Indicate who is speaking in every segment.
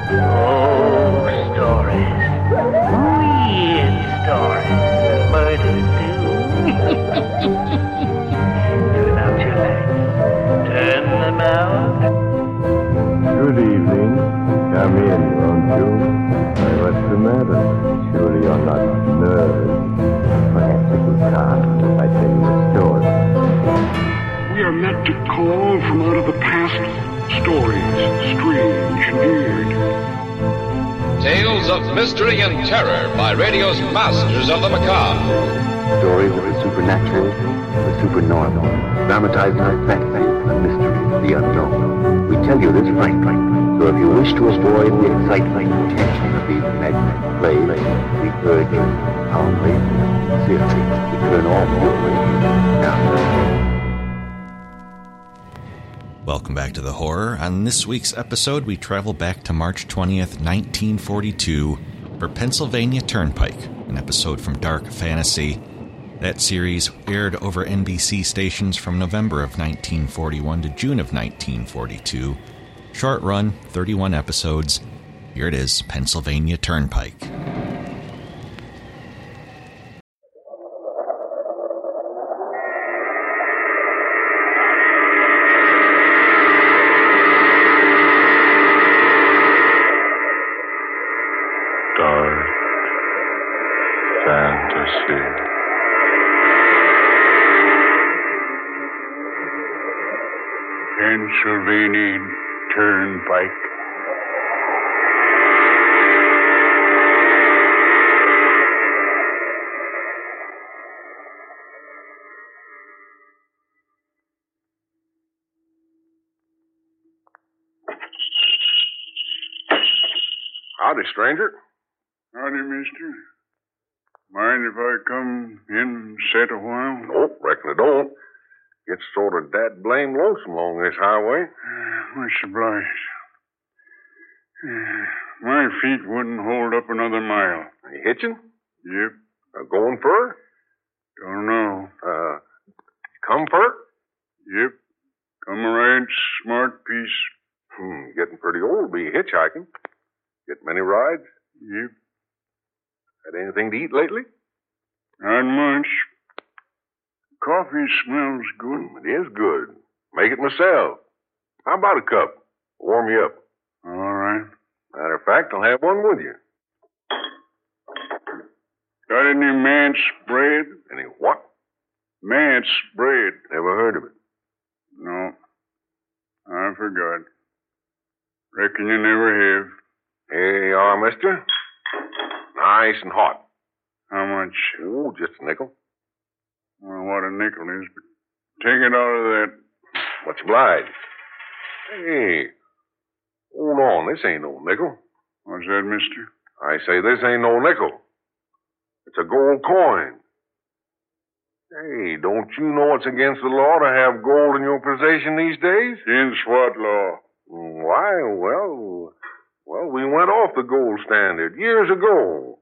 Speaker 1: Oh, stories. Weird stories. Murder, too. Turn out your lights. Turn them out.
Speaker 2: Good evening. Come in, won't you? Why, what's the matter? Surely you're not nervous. Perhaps it will calm if I tell you a story.
Speaker 3: We are meant to call from out of the past stories, strange and weird.
Speaker 4: Tales of Mystery and Terror by radio's Masters of the Macabre.
Speaker 5: Stories of the supernatural, the supernormal, dramatizing the fantasy, the mystery, the unknown. We tell you this right, right. So if you wish to avoid the excitement and tension of these imaginary plays, we urge you, calmly, seriously, to turn off your radio now.
Speaker 6: Welcome back to the horror. On this week's episode, we travel back to March 20th, 1942, for Pennsylvania Turnpike, an episode from Dark Fantasy. That series aired over NBC stations from November of 1941 to June of 1942. Short run, 31 episodes. Here it is Pennsylvania Turnpike.
Speaker 7: dark fantasy. Pennsylvania Turnpike.
Speaker 8: Howdy, stranger.
Speaker 3: Howdy, mister. Mind if I come in and sit a while?
Speaker 8: Oh, reckon I don't. It's sort of that blame lonesome along this highway.
Speaker 3: Much obliged. Uh, My feet wouldn't hold up another mile.
Speaker 8: Are you hitching?
Speaker 3: Yep,
Speaker 8: Uh, going fur?
Speaker 3: don't know.
Speaker 8: Uh, come fur?
Speaker 3: Yep, come right, smart piece.
Speaker 8: Hmm, getting pretty old to be hitchhiking. Get many rides?
Speaker 3: Yep,
Speaker 8: Had anything to eat lately?
Speaker 3: not much. Coffee smells good.
Speaker 8: Hmm, it is good. Make it myself. How about a cup? Warm you up.
Speaker 3: All right.
Speaker 8: Matter of fact, I'll have one with you.
Speaker 3: Got any man's bread?
Speaker 8: Any what?
Speaker 3: Man's bread.
Speaker 8: Never heard of it.
Speaker 3: No, I forgot. Reckon you never have.
Speaker 8: Here you are, mister. Nice and hot.
Speaker 3: How much?
Speaker 8: Oh, just a nickel.
Speaker 3: Well, what a nickel is, but take it out of that.
Speaker 8: Much obliged. Hey, hold on. This ain't no nickel.
Speaker 3: What's that, mister?
Speaker 8: I say this ain't no nickel. It's a gold coin. Hey, don't you know it's against the law to have gold in your possession these days?
Speaker 3: Against what law?
Speaker 8: Why, well, well, we went off the gold standard years ago.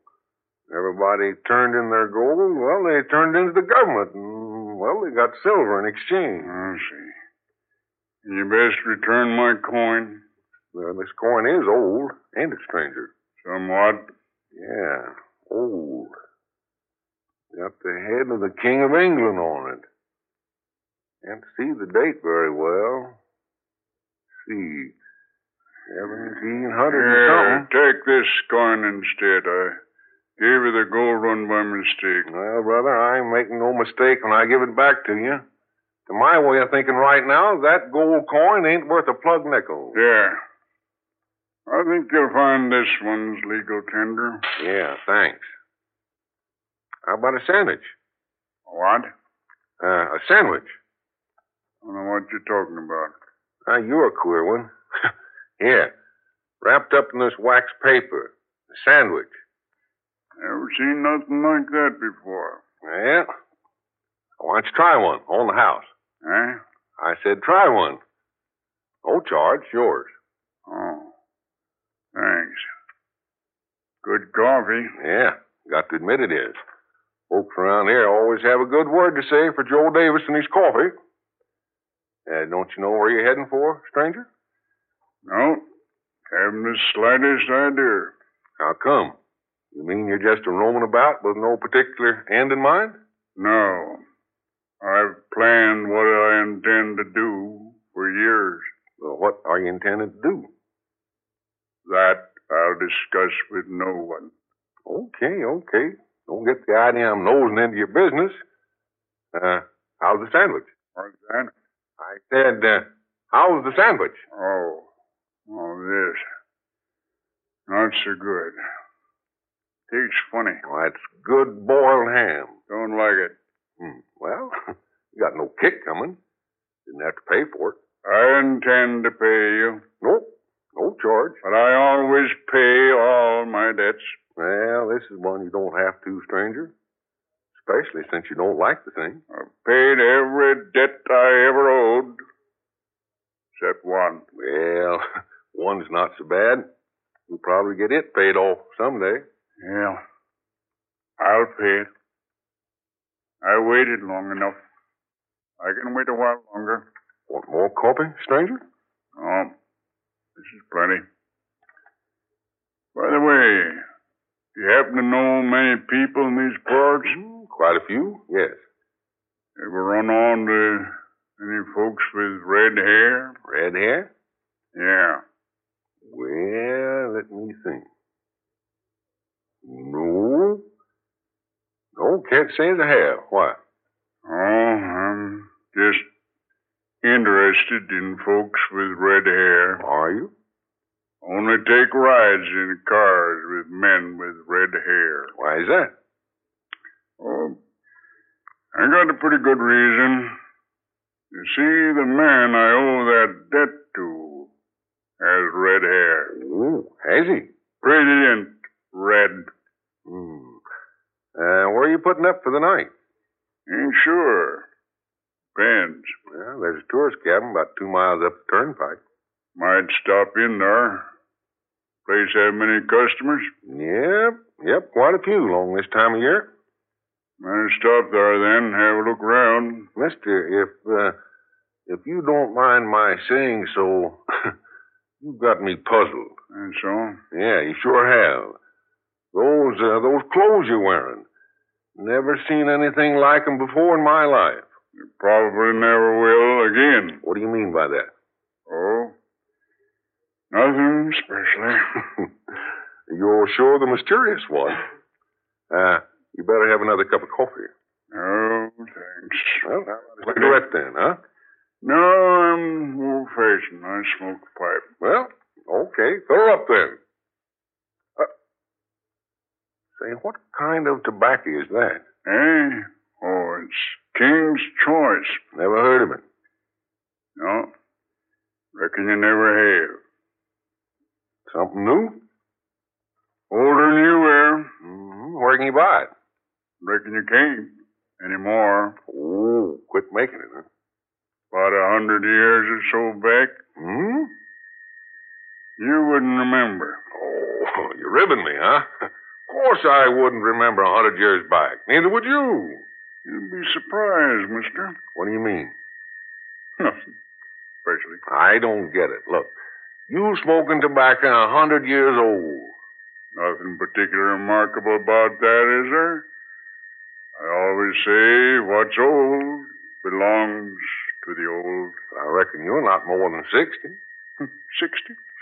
Speaker 8: Everybody turned in their gold. Well, they turned into the government. And, well, they got silver in exchange.
Speaker 3: I see. You best return my coin.
Speaker 8: Well, this coin is old, ain't it, stranger?
Speaker 3: Somewhat.
Speaker 8: Yeah, old. Got the head of the King of England on it. Can't see the date very well. See, 1700
Speaker 3: Here,
Speaker 8: or something.
Speaker 3: take this coin instead. I gave you the gold one by mistake.
Speaker 8: Well, brother, I ain't making no mistake when I give it back to you. To my way of thinking right now, that gold coin ain't worth a plug nickel.
Speaker 3: There. I think you'll find this one's legal tender.
Speaker 8: Yeah, thanks. How about a sandwich?
Speaker 3: What?
Speaker 8: Uh, a sandwich.
Speaker 3: I don't know what you're talking about.
Speaker 8: Ah, you're a queer one. Here, wrapped up in this wax paper, a sandwich.
Speaker 3: Never seen nothing like that before.
Speaker 8: Yeah. Why don't you try one on the house?
Speaker 3: Eh?
Speaker 8: I said try one. No charge, yours.
Speaker 3: Oh. Thanks. Good coffee.
Speaker 8: Yeah, got to admit it is. Folks around here always have a good word to say for Joe Davis and his coffee.
Speaker 9: Uh, don't you know where you're heading for, stranger?
Speaker 8: No, haven't the slightest idea.
Speaker 9: How come? You mean you're just a roaming about with no particular end in mind?
Speaker 8: No, I've planned what I intend to do for years.
Speaker 9: Well, what are you intending to do?
Speaker 8: That I'll discuss with no one.
Speaker 9: Okay, okay. Don't get the idea I'm nosing into your business. Uh, how's the sandwich?
Speaker 8: What's that?
Speaker 9: I said, uh, how's the sandwich?
Speaker 8: Oh, oh, this. Not so good. Tastes funny.
Speaker 9: Well, that's good boiled ham.
Speaker 8: Don't like it.
Speaker 9: Hmm. Well, you got no kick coming. Didn't have to pay for it.
Speaker 8: I intend to pay you,
Speaker 9: Nope. No charge.
Speaker 8: but I always pay all my debts.
Speaker 9: Well, this is one you don't have to, stranger. Especially since you don't like the thing.
Speaker 8: I've paid every debt I ever owed, except one.
Speaker 9: Well, one's not so bad. You'll probably get it paid off someday.
Speaker 8: Yeah. I'll pay it. I waited long enough. I can wait a while longer.
Speaker 9: Want more coffee, stranger?
Speaker 8: Oh, this is plenty. By the way, do you happen to know many people in these parts?
Speaker 9: Hmm, Quite a few, yes.
Speaker 8: Ever run on to any folks with red hair?
Speaker 9: Red hair?
Speaker 8: Yeah.
Speaker 9: Well, let me think. No. No, can't say as I have. Why?
Speaker 8: Oh, I'm just interested in folks with red hair.
Speaker 9: Are you?
Speaker 8: Only take rides in cars with men with red hair.
Speaker 9: Why is that?
Speaker 8: Oh, I got a pretty good reason. You see, the man I owe that debt to has red hair.
Speaker 9: Ooh, has he?
Speaker 8: President Red.
Speaker 9: Hmm. Uh, where are you putting up for the night?
Speaker 8: Ain't sure. Depends.
Speaker 9: Well, there's a tourist cabin about two miles up the turnpike.
Speaker 8: Might stop in there. Place have many customers.
Speaker 9: Yep, yep, quite a few along this time of year.
Speaker 8: Might stop there then, have a look round.
Speaker 9: Mister, if uh, if you don't mind my saying so, you've got me puzzled.
Speaker 8: That's all.
Speaker 9: Yeah, you sure have. Those uh, those clothes you're wearing, never seen anything like 'em before in my life.
Speaker 8: You probably never will again.
Speaker 9: What do you mean by that?
Speaker 8: Oh. Nothing especially.
Speaker 9: You're sure the mysterious one. Uh, you better have another cup of coffee.
Speaker 8: No, thanks.
Speaker 9: Well, how about a cigarette then, huh?
Speaker 8: No, I'm old fashioned. I smoke a pipe.
Speaker 9: Well, okay, fill her up then. Uh, say, what kind of tobacco is that?
Speaker 8: Eh? Oh, it's King's Choice.
Speaker 9: Never heard of it.
Speaker 8: No. Reckon you never have.
Speaker 9: Something new?
Speaker 8: Older than you were.
Speaker 9: hmm Where can you buy it?
Speaker 8: Reckon you can't anymore.
Speaker 9: Oh, quit making it, huh?
Speaker 8: About a hundred years or so back,
Speaker 9: Hmm?
Speaker 8: you wouldn't remember.
Speaker 9: Oh, you're ribbing me, huh? Of course I wouldn't remember a hundred years back. Neither would you.
Speaker 8: You'd be surprised, mister.
Speaker 9: What do you mean?
Speaker 8: Nothing. Especially.
Speaker 9: I don't get it. Look, you smoking tobacco a hundred years old.
Speaker 8: Nothing particularly remarkable about that, is there? I always say what's old belongs to the old. Hmm,
Speaker 9: But I reckon you're not more than sixty.
Speaker 8: 60.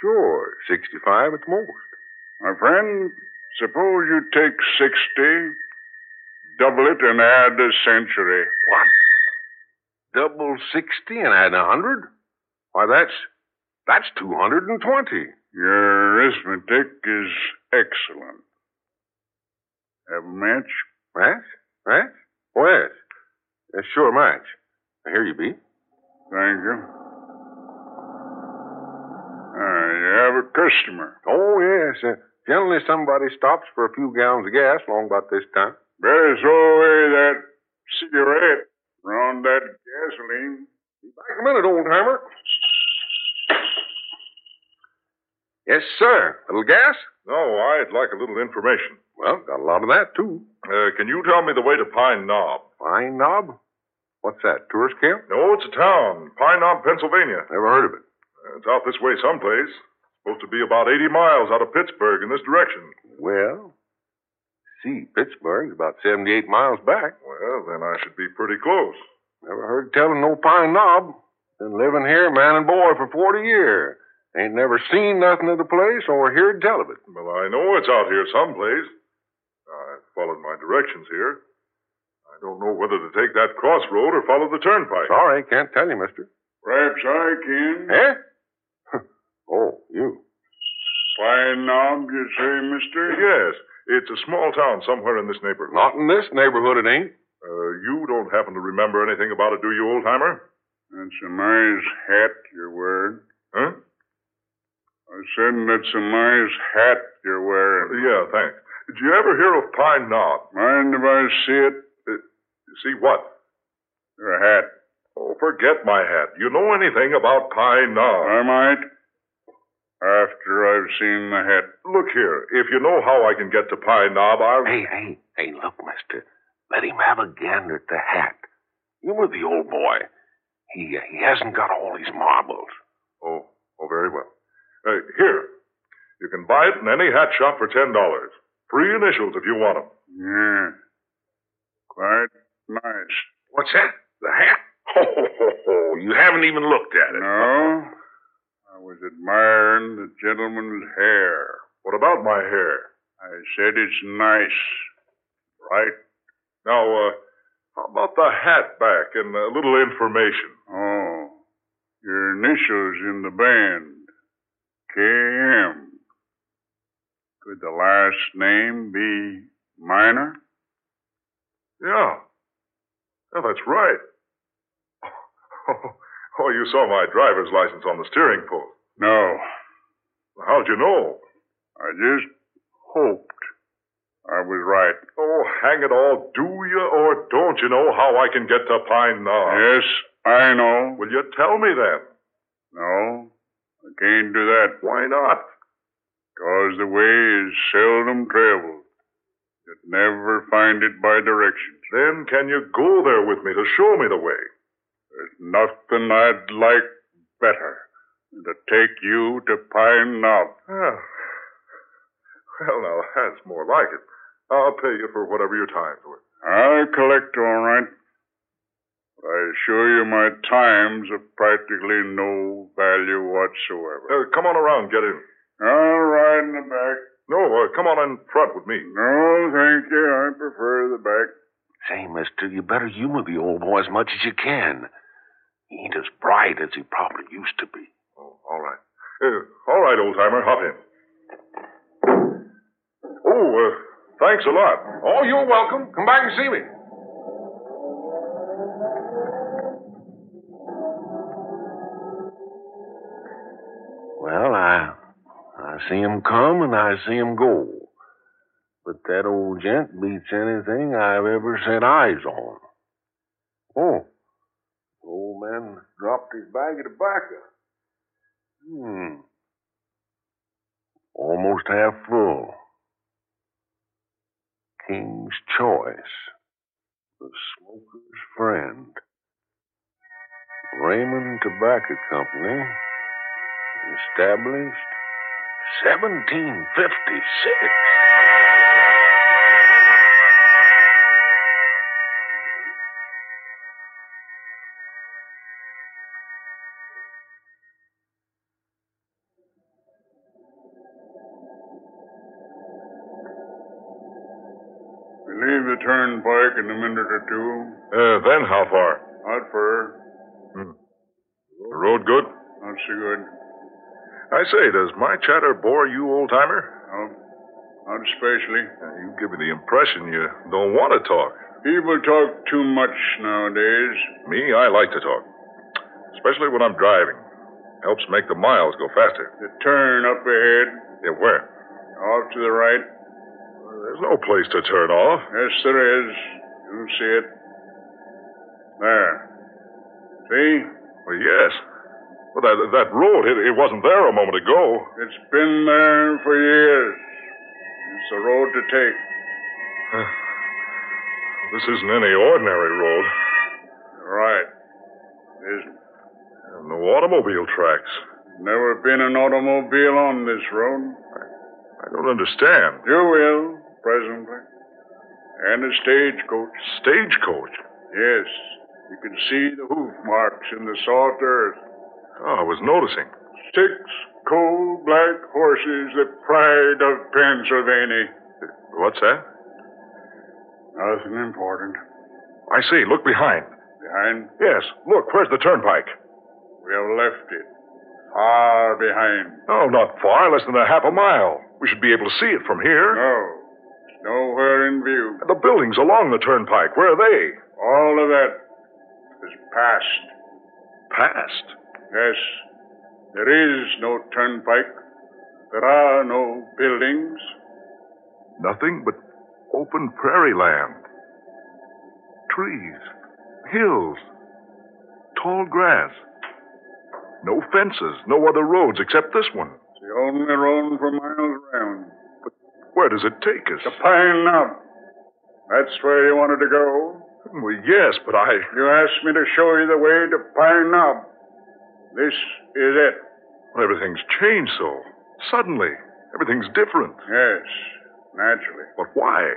Speaker 9: Sure, sixty-five at the most.
Speaker 8: My friend, suppose you take 60, double it, and add a century.
Speaker 9: What? Double sixty and add a hundred? Why, that's that's two hundred and twenty.
Speaker 8: Your arithmetic is excellent. Have a match?
Speaker 9: Match? Match? Oh yes, that's sure match. Now, Here you be.
Speaker 8: Thank you. Ah, you have a customer.
Speaker 9: Oh yes. Uh, generally, somebody stops for a few gallons of gas along about this time.
Speaker 8: Better throw away that cigarette around that gasoline.
Speaker 9: Back a minute, old timer. Yes, sir. A little gas?
Speaker 10: No, I'd like a little information.
Speaker 9: Well, got a lot of that too.
Speaker 10: Uh, can you tell me the way to Pine Knob?
Speaker 9: Fine knob.
Speaker 2: What's that, tourist camp?
Speaker 8: No, it's a town, Pine Knob, Pennsylvania.
Speaker 2: Never heard of it.
Speaker 8: Uh, It's out this way someplace. Supposed to be about 80 miles out of Pittsburgh in this direction.
Speaker 2: Well, see, Pittsburgh's about 78 miles back.
Speaker 8: Well, then I should be pretty close.
Speaker 2: Never heard tell of no Pine Knob. Been living here, man and boy, for 40 years. Ain't never seen nothing of the place or heard tell of it.
Speaker 8: Well, I know it's out here someplace. I followed my directions here. I don't know whether to take that crossroad or follow the turnpike.
Speaker 2: Sorry, can't tell you, mister.
Speaker 3: Perhaps I can.
Speaker 2: Eh? oh, you.
Speaker 3: Pine knob, you say, mister?
Speaker 8: Yes, it's a small town somewhere in this neighborhood.
Speaker 2: Not in this neighborhood, it ain't.
Speaker 8: Uh, you don't happen to remember anything about it, do you, old timer?
Speaker 3: That's a nice hat you're wearing.
Speaker 8: Huh?
Speaker 3: I said that's a nice hat you're wearing.
Speaker 8: Uh, Yeah, thanks. Did you ever hear of Pine Knob? Uh,
Speaker 3: Mind if I see it?
Speaker 8: See what?
Speaker 3: Your hat.
Speaker 8: Oh, forget my hat. You know anything about Pine Knob?
Speaker 3: I might. After I've seen the hat.
Speaker 8: Look here. If you know how I can get to Pine Knob, I'll.
Speaker 5: Hey, hey, hey, look, mister. Let him have a gander at the hat. You were the old boy. He, uh, he hasn't got all his marbles.
Speaker 8: Oh, oh, very well. Uh, here. You can buy it in any hat shop for ten dollars. Free initials if you want 'em.
Speaker 3: Yeah. Quite nice.
Speaker 5: What's that? The hat? Ho, ho, ho, ho. You haven't even looked at
Speaker 3: No. I was admiring the gentleman's hair.
Speaker 8: What about my hair?
Speaker 3: I said it's nice.
Speaker 8: Right. Now, uh, how about the hat back and a little information?
Speaker 3: Oh. Your initials in the band. K.M. Could the last name be Minor?
Speaker 8: Yeah. Yeah, that's right. Oh, you saw my driver's license on the steering post.
Speaker 3: No.
Speaker 8: How'd you know?
Speaker 3: I just hoped I was right.
Speaker 8: Oh, hang it all. Do you or don't you know how I can get to Pine Knob?
Speaker 3: Yes, I know.
Speaker 8: Will you tell me then?
Speaker 3: No, I can't do that.
Speaker 8: Why not?
Speaker 3: Because the way is seldom traveled. You'd never find it by directions.
Speaker 8: Then can you go there with me to show me the way?
Speaker 3: There's nothing I'd like better than to take you to Pine Knob.
Speaker 8: Ah. Well, now, that's more like it. I'll pay you for whatever your time's worth.
Speaker 3: I collect all right, but I assure you my time's of practically no value whatsoever.
Speaker 8: Uh, come on around, get in.
Speaker 3: I'll ride in the back.
Speaker 8: No, uh, come on in front with me.
Speaker 3: No, thank you. I prefer the back.
Speaker 5: Say, mister, you better humor the old boy as much as you can. He ain't as bright as he probably used to be.
Speaker 8: Oh, all right. Uh, all right, old timer, hop in. Oh, uh, thanks a lot.
Speaker 2: Oh, you're welcome. Come back and see me.
Speaker 5: Well, I, I see him come and I see him go. But that old gent beats anything I've ever set eyes on. Oh, the old man dropped his bag of tobacco. Hmm. Almost half full. King's Choice. The Smoker's Friend. Raymond Tobacco Company. Established 1756.
Speaker 3: We leave the turnpike in a minute or two.
Speaker 8: Uh, then how far? Hmm.
Speaker 3: Not fur,
Speaker 8: The road good?
Speaker 3: not so good.
Speaker 8: I say, does my chatter bore you, old timer?
Speaker 3: Not, not especially.
Speaker 8: Uh, you give me the impression you don't want to talk.
Speaker 3: People talk too much nowadays.
Speaker 8: Me, I like to talk. Especially when I'm driving. Helps make the miles go faster.
Speaker 3: The turn up ahead,
Speaker 8: Yeah, where?
Speaker 3: off to the right.
Speaker 8: There's no place to turn off.
Speaker 3: Yes, there is. You see it. There. See?
Speaker 8: Well, yes. But that, that road, it, it wasn't there a moment ago.
Speaker 3: It's been there for years. It's the road to take.
Speaker 8: This isn't any ordinary road.
Speaker 3: The Right. There's
Speaker 8: And no automobile tracks.
Speaker 3: never been an automobile on this road.
Speaker 8: I don't understand.
Speaker 3: You will, presently. And a stagecoach.
Speaker 8: Stagecoach.
Speaker 3: Yes. You can see the hoof marks in the soft earth.
Speaker 8: Oh, I was noticing.
Speaker 3: Six coal black horses, the pride of Pennsylvania.
Speaker 8: What's that?
Speaker 3: Nothing important.
Speaker 8: I see. Look behind.
Speaker 3: Behind,
Speaker 8: Yes. Look. Where's the turnpike?
Speaker 3: we have left it. Far behind.
Speaker 8: Oh, not far. Less than a half a mile. We should be able to see it from here.
Speaker 3: No. It's nowhere in view.
Speaker 8: The buildings along the turnpike. Where are they?
Speaker 3: All of that is past.
Speaker 8: Past.
Speaker 3: Yes. There is no turnpike. There are no buildings.
Speaker 8: Nothing but open prairie land. Trees, hills, tall grass. No fences, no other roads except this one.
Speaker 3: It's the only road for miles round.
Speaker 8: Where does it take
Speaker 3: The
Speaker 8: us?
Speaker 3: Pine Knob. That's where you wanted to go.
Speaker 8: Well, yes, but I.
Speaker 3: You asked me to show you the way to Pine Knob. This is it.
Speaker 8: Everything's changed so. Suddenly, everything's different.
Speaker 3: Yes, naturally.
Speaker 8: But why?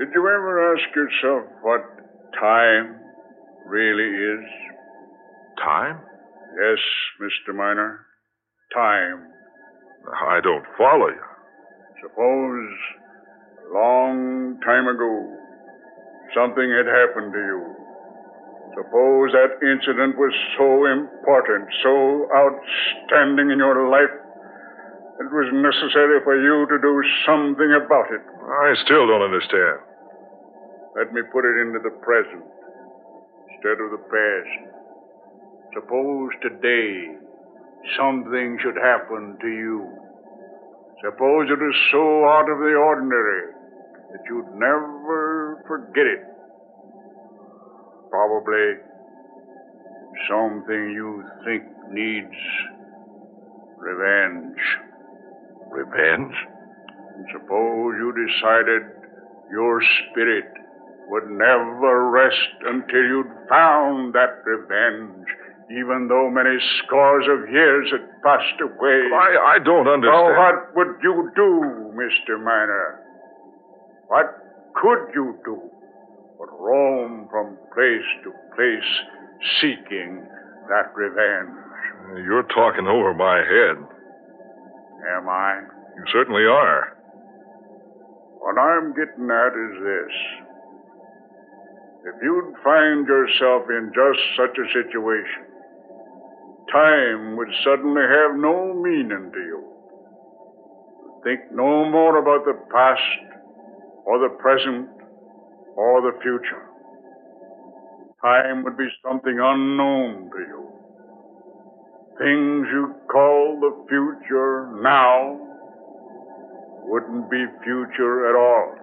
Speaker 3: Did you ever ask yourself what time really is?
Speaker 8: Time?
Speaker 3: Yes, Mr. Miner. Time.
Speaker 8: I don't follow you.
Speaker 3: Suppose a long time ago something had happened to you. Suppose that incident was so important, so outstanding in your life, it was necessary for you to do something about it.
Speaker 8: I still don't understand.
Speaker 3: Let me put it into the present instead of the past. Suppose today something should happen to you. Suppose it is so out of the ordinary that you'd never forget it. Probably something you think needs revenge.
Speaker 8: Revenge?
Speaker 3: And Suppose you decided your spirit would never rest until you'd found that revenge, even though many scores of years had passed away.
Speaker 8: I, I don't
Speaker 3: Now,
Speaker 8: understand.
Speaker 3: what would you do, Mr. Miner? What could you do but roam from place to place seeking that revenge?
Speaker 8: You're talking over my head.
Speaker 3: Am I?
Speaker 8: You certainly are.
Speaker 3: What I'm getting at is this. If you'd find yourself in just such a situation, time would suddenly have no meaning to you. You'd think no more about the past, or the present, or the future. Time would be something unknown to you. Things you call the future now wouldn't be future at all.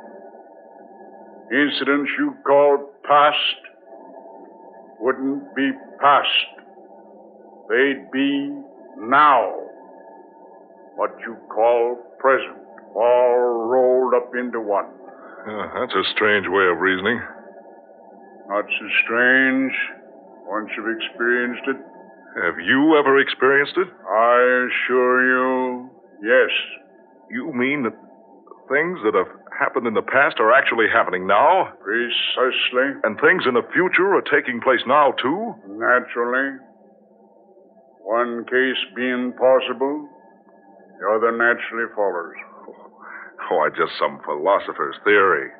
Speaker 3: Incidents you call past wouldn't be past. They'd be now. What you call present, all rolled up into one.
Speaker 8: Yeah, Uh, that's a strange way of reasoning.
Speaker 3: Not so strange once you've experienced it.
Speaker 8: Have you ever experienced it?
Speaker 3: I assure you, yes.
Speaker 8: You mean that things that have happened in the past are actually happening now,
Speaker 3: Precisely.
Speaker 8: and things in the future are taking place now, too?
Speaker 3: Naturally. One case being possible, the other naturally follows.
Speaker 8: Oh, I just some philosopher's theory.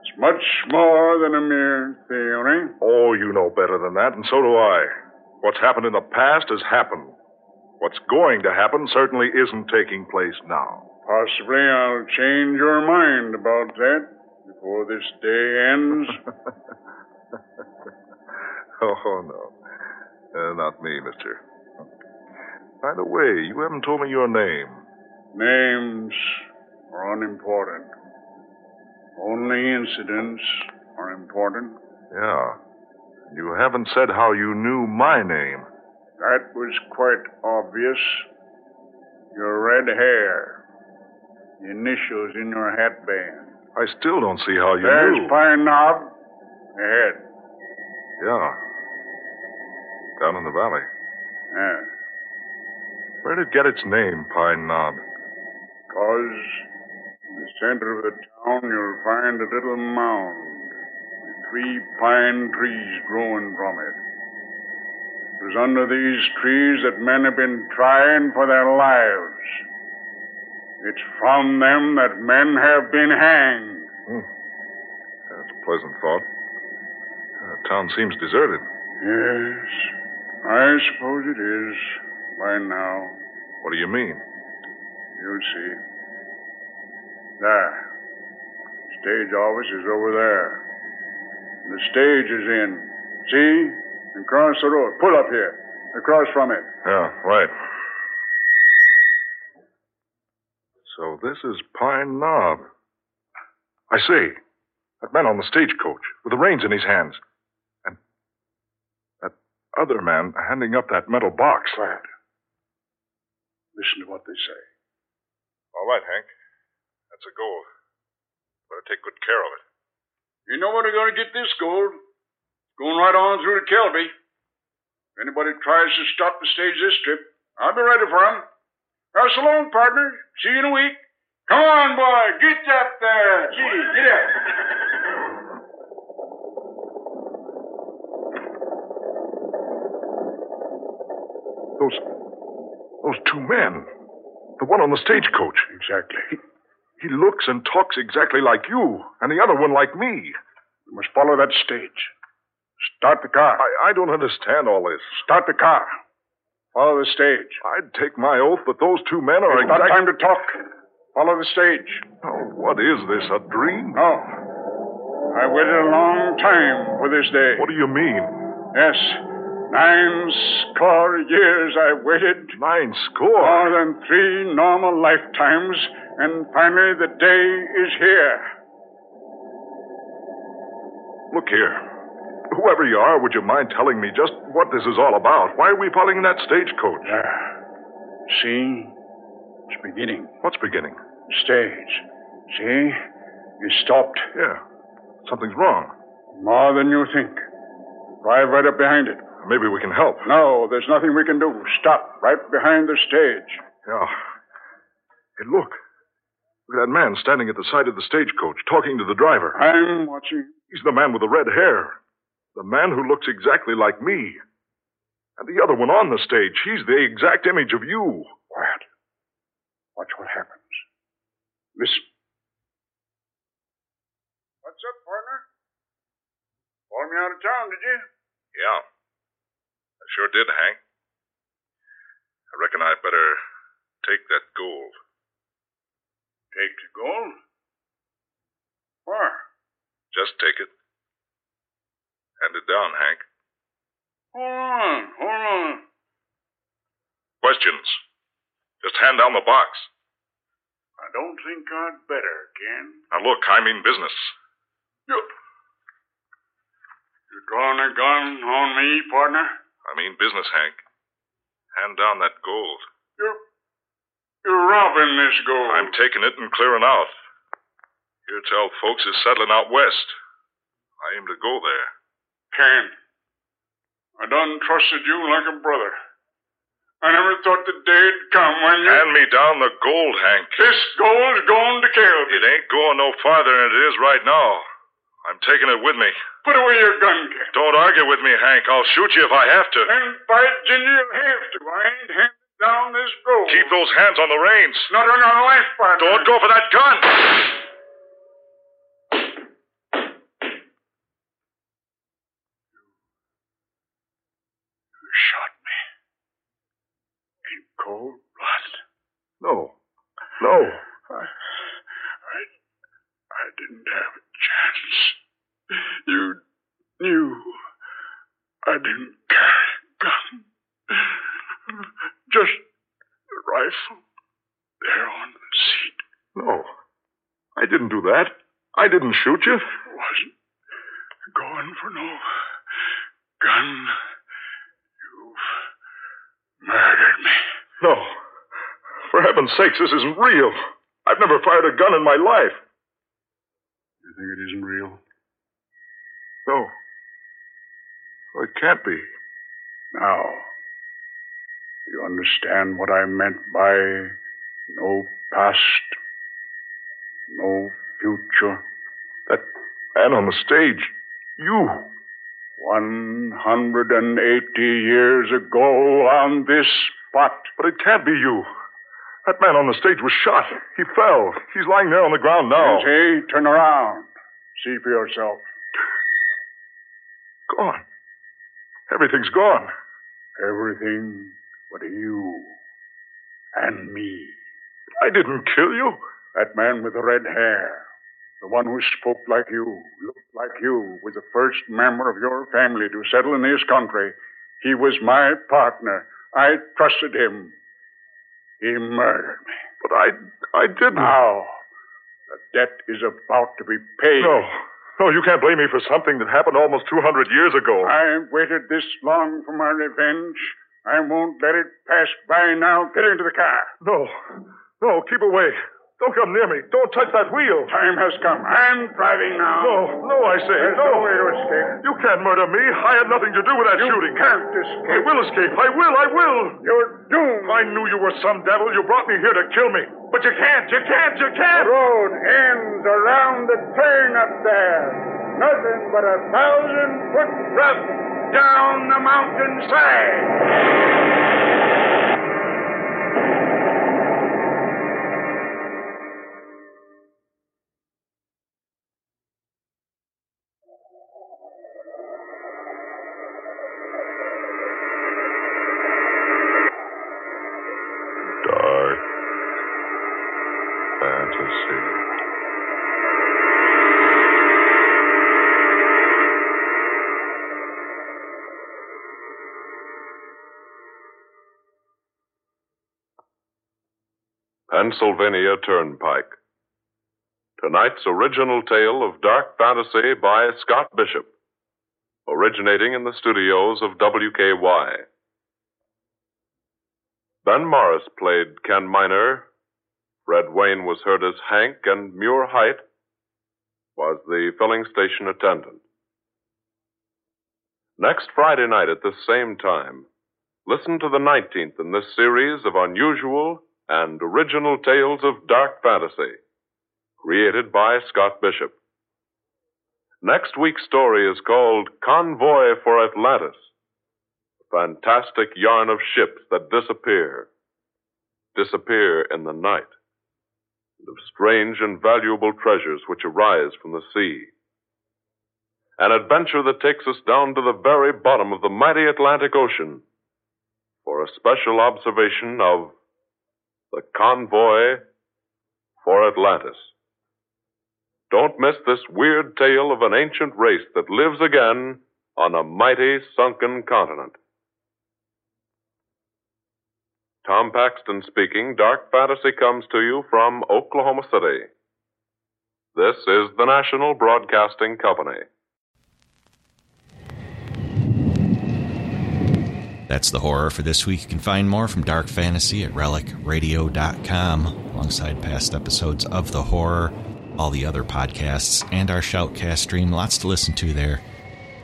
Speaker 3: It's much more than a mere theory.
Speaker 8: Oh, you know better than that, and so do I. What's happened in the past has happened. What's going to happen certainly isn't taking place now.
Speaker 3: Possibly I'll change your mind about that before this day ends.
Speaker 8: Oh, no. Uh, not me, mister. By the way, you haven't told me your name.
Speaker 3: Names are unimportant. Only incidents are important.
Speaker 8: Yeah. You haven't said how you knew my name.
Speaker 3: That was quite obvious. Your red hair, the initials in your hatband.
Speaker 8: I still don't see how you
Speaker 3: There's
Speaker 8: knew.
Speaker 3: Pine Knob. Ahead.
Speaker 8: Yeah. Down in the valley.
Speaker 3: Yeah.
Speaker 8: Where did it get its name, Pine Knob?
Speaker 3: Cause in the center of the town you'll find a little mound with three pine trees growing from it. It was under these trees that men have been trying for their lives. It's from them that men have been hanged.
Speaker 8: That's a pleasant thought. Uh, town seems deserted.
Speaker 3: Yes, I suppose it is by now.
Speaker 8: What do you mean?
Speaker 3: You'll see. There. Stage office is over there. The stage is in. See? And cross the road. Pull up here. Across from it.
Speaker 8: Yeah, right. So this is Pine Knob. I see. That man on the stagecoach with the reins in his hands. And that other man handing up that metal box.
Speaker 3: Quiet. Listen to what they say.
Speaker 8: All right, Hank. That's a gold. Better take good care of it.
Speaker 3: You know where they're going to get this gold? Going right on through to Kelby. If anybody tries to stop the stage this trip, I'll be ready for 'em. Now, so long, partner. See you in a week. Come on, boy. Get up there. Gee, get up.
Speaker 8: Those. those two men. The one on the stagecoach.
Speaker 3: Exactly. We
Speaker 8: He looks and talks exactly like you, and the other one like me.
Speaker 3: must follow that stage. Start the car.
Speaker 8: I, I don't understand all this.
Speaker 3: Start the car. Follow the stage.
Speaker 8: I'd take my oath that those two men are
Speaker 3: It's not
Speaker 8: exactly.
Speaker 3: time to talk. Follow the stage.
Speaker 8: Oh, what is this, a dream?
Speaker 3: No. I waited a long time for this day.
Speaker 8: What do you mean?
Speaker 3: Yes, nine score years I waited.
Speaker 8: Nine score?
Speaker 3: More than three normal lifetimes, and finally the day is here.
Speaker 8: Look here. Whoever you are, would you mind telling me just what this is all about? Why are we following that stagecoach?
Speaker 3: Yeah. See? It's Ah, beginning.
Speaker 8: What's beginning?
Speaker 3: Stage. See? It stopped.
Speaker 8: Yeah. Something's wrong.
Speaker 3: More than you think. Drive right up behind it.
Speaker 8: Maybe we can help.
Speaker 3: No, there's nothing we can do. Stop right behind the stage.
Speaker 8: Yeah. Hey, look. Look at that man standing at the side of the stagecoach, talking to the driver.
Speaker 3: I'm watching.
Speaker 8: He's the man with the red hair. The man who looks exactly like me. And the other one on the stage, he's the exact image of you.
Speaker 3: Quiet. Watch what happens. Listen. What's up, partner? Called me out of town, did you?
Speaker 8: Yeah. I sure did, Hank. I reckon I'd better take that gold.
Speaker 3: Take the gold. Where?
Speaker 8: Just take it. Hand it down, Hank.
Speaker 3: Hold on, hold on.
Speaker 8: Questions? Just hand down the box.
Speaker 3: I don't think I'd better, Ken.
Speaker 8: Now look, I mean business.
Speaker 3: You. You drawing a gun on me, partner?
Speaker 8: I mean business, Hank. Hand down that gold.
Speaker 3: You're. You're robbing this gold.
Speaker 8: I'm taking it and clearing out. Here tell folks is settling out west. I aim to go there.
Speaker 3: Ken, I done trusted you like a brother. I never thought the day'd come when you.
Speaker 8: Hand me down the gold, Hank.
Speaker 3: This gold's going to Caleb.
Speaker 8: It ain't going no farther than it is right now. I'm taking it with me.
Speaker 3: Put away your gun, Ken.
Speaker 8: Don't argue with me, Hank. I'll shoot you if I have to.
Speaker 3: And by ginger, you'll have to. I ain't handing down this gold.
Speaker 8: Keep those hands on the reins.
Speaker 3: Not on our life, partner.
Speaker 8: Don't go for that gun.
Speaker 3: You shot me. In cold blood.
Speaker 8: No. No.
Speaker 3: I, I, I didn't have a chance. You knew I didn't carry a gun. Just a rifle there on the seat.
Speaker 8: No. I didn't do that. I didn't shoot you.
Speaker 3: wasn't going for no gun. You've murdered me.
Speaker 8: No. For heaven's sakes, this isn't real. I've never fired a gun in my life.
Speaker 3: You think it isn't real?
Speaker 8: No.
Speaker 11: Can't be.
Speaker 3: Now, you understand what I meant by no past, no future?
Speaker 11: That man on the stage, you.
Speaker 3: 180 years ago on this spot.
Speaker 11: But it can't be you. That man on the stage was shot. He fell. He's lying there on the ground now.
Speaker 3: Lindsay, turn around. See for yourself.
Speaker 11: Gone. Everything's gone.
Speaker 3: Everything but you and me.
Speaker 11: I didn't kill you.
Speaker 3: That man with the red hair, the one who spoke like you, looked like you, was the first member of your family to settle in this country. He was my partner. I trusted him. He murdered me.
Speaker 11: But I, I didn't.
Speaker 3: Now, the debt is about to be paid.
Speaker 11: No. No, you can't blame me for something that happened almost 200 years ago.
Speaker 3: I waited this long for my revenge. I won't let it pass by now. Get into the car.
Speaker 11: No. No, keep away. Don't come near me. Don't touch that wheel.
Speaker 3: Time has come. I'm driving now.
Speaker 11: No, no, I say.
Speaker 3: There's no, way to escape.
Speaker 11: You can't murder me. I had nothing to do with that
Speaker 3: you
Speaker 11: shooting.
Speaker 3: can't
Speaker 11: I
Speaker 3: escape.
Speaker 11: will escape. I will. I will.
Speaker 3: You're doomed.
Speaker 11: I knew you were some devil. You brought me here to kill me. But you can't. You can't. You
Speaker 3: The
Speaker 11: can't.
Speaker 3: road ends around the turn up there. Nothing but a thousand foot drop down the mountainside.
Speaker 11: Dark fantasy.
Speaker 8: Pennsylvania Turnpike. Tonight's original tale of dark fantasy by Scott Bishop, originating in the studios of WKY. Ben Morris played Ken Miner. Fred Wayne was heard as Hank, and Muir Height was the filling station attendant. Next Friday night at this same time, listen to the 19th in this series of unusual and original tales of dark fantasy, created by Scott Bishop. Next week's story is called Convoy for Atlantis a fantastic yarn of ships that disappear, disappear in the night, and of strange and valuable treasures which arise from the sea. An adventure that takes us down to the very bottom of the mighty Atlantic Ocean for a special observation of the Convoy for Atlantis. Don't miss this weird tale of an ancient race that lives again on a mighty sunken continent. Tom Paxton speaking. Dark Fantasy comes to you from Oklahoma City. This is the National Broadcasting Company.
Speaker 6: That's the horror for this week. You can find more from Dark Fantasy at relicradio.com, alongside past episodes of The Horror, all the other podcasts, and our Shoutcast stream. Lots to listen to there. If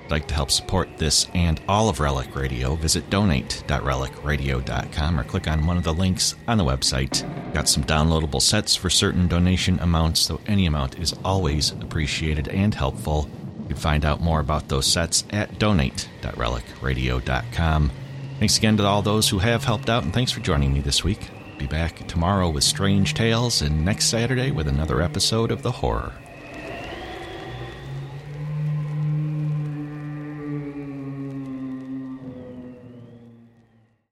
Speaker 6: you'd like to help support this and all of Relic Radio, visit donate.relicradio.com or click on one of the links on the website. Got some downloadable sets for certain donation amounts, so any amount is always appreciated and helpful. You can find out more about those sets at donate.relicradio.com. Thanks again to all those who have helped out, and thanks for joining me this week. Be back tomorrow with Strange Tales, and next Saturday with another episode of The Horror.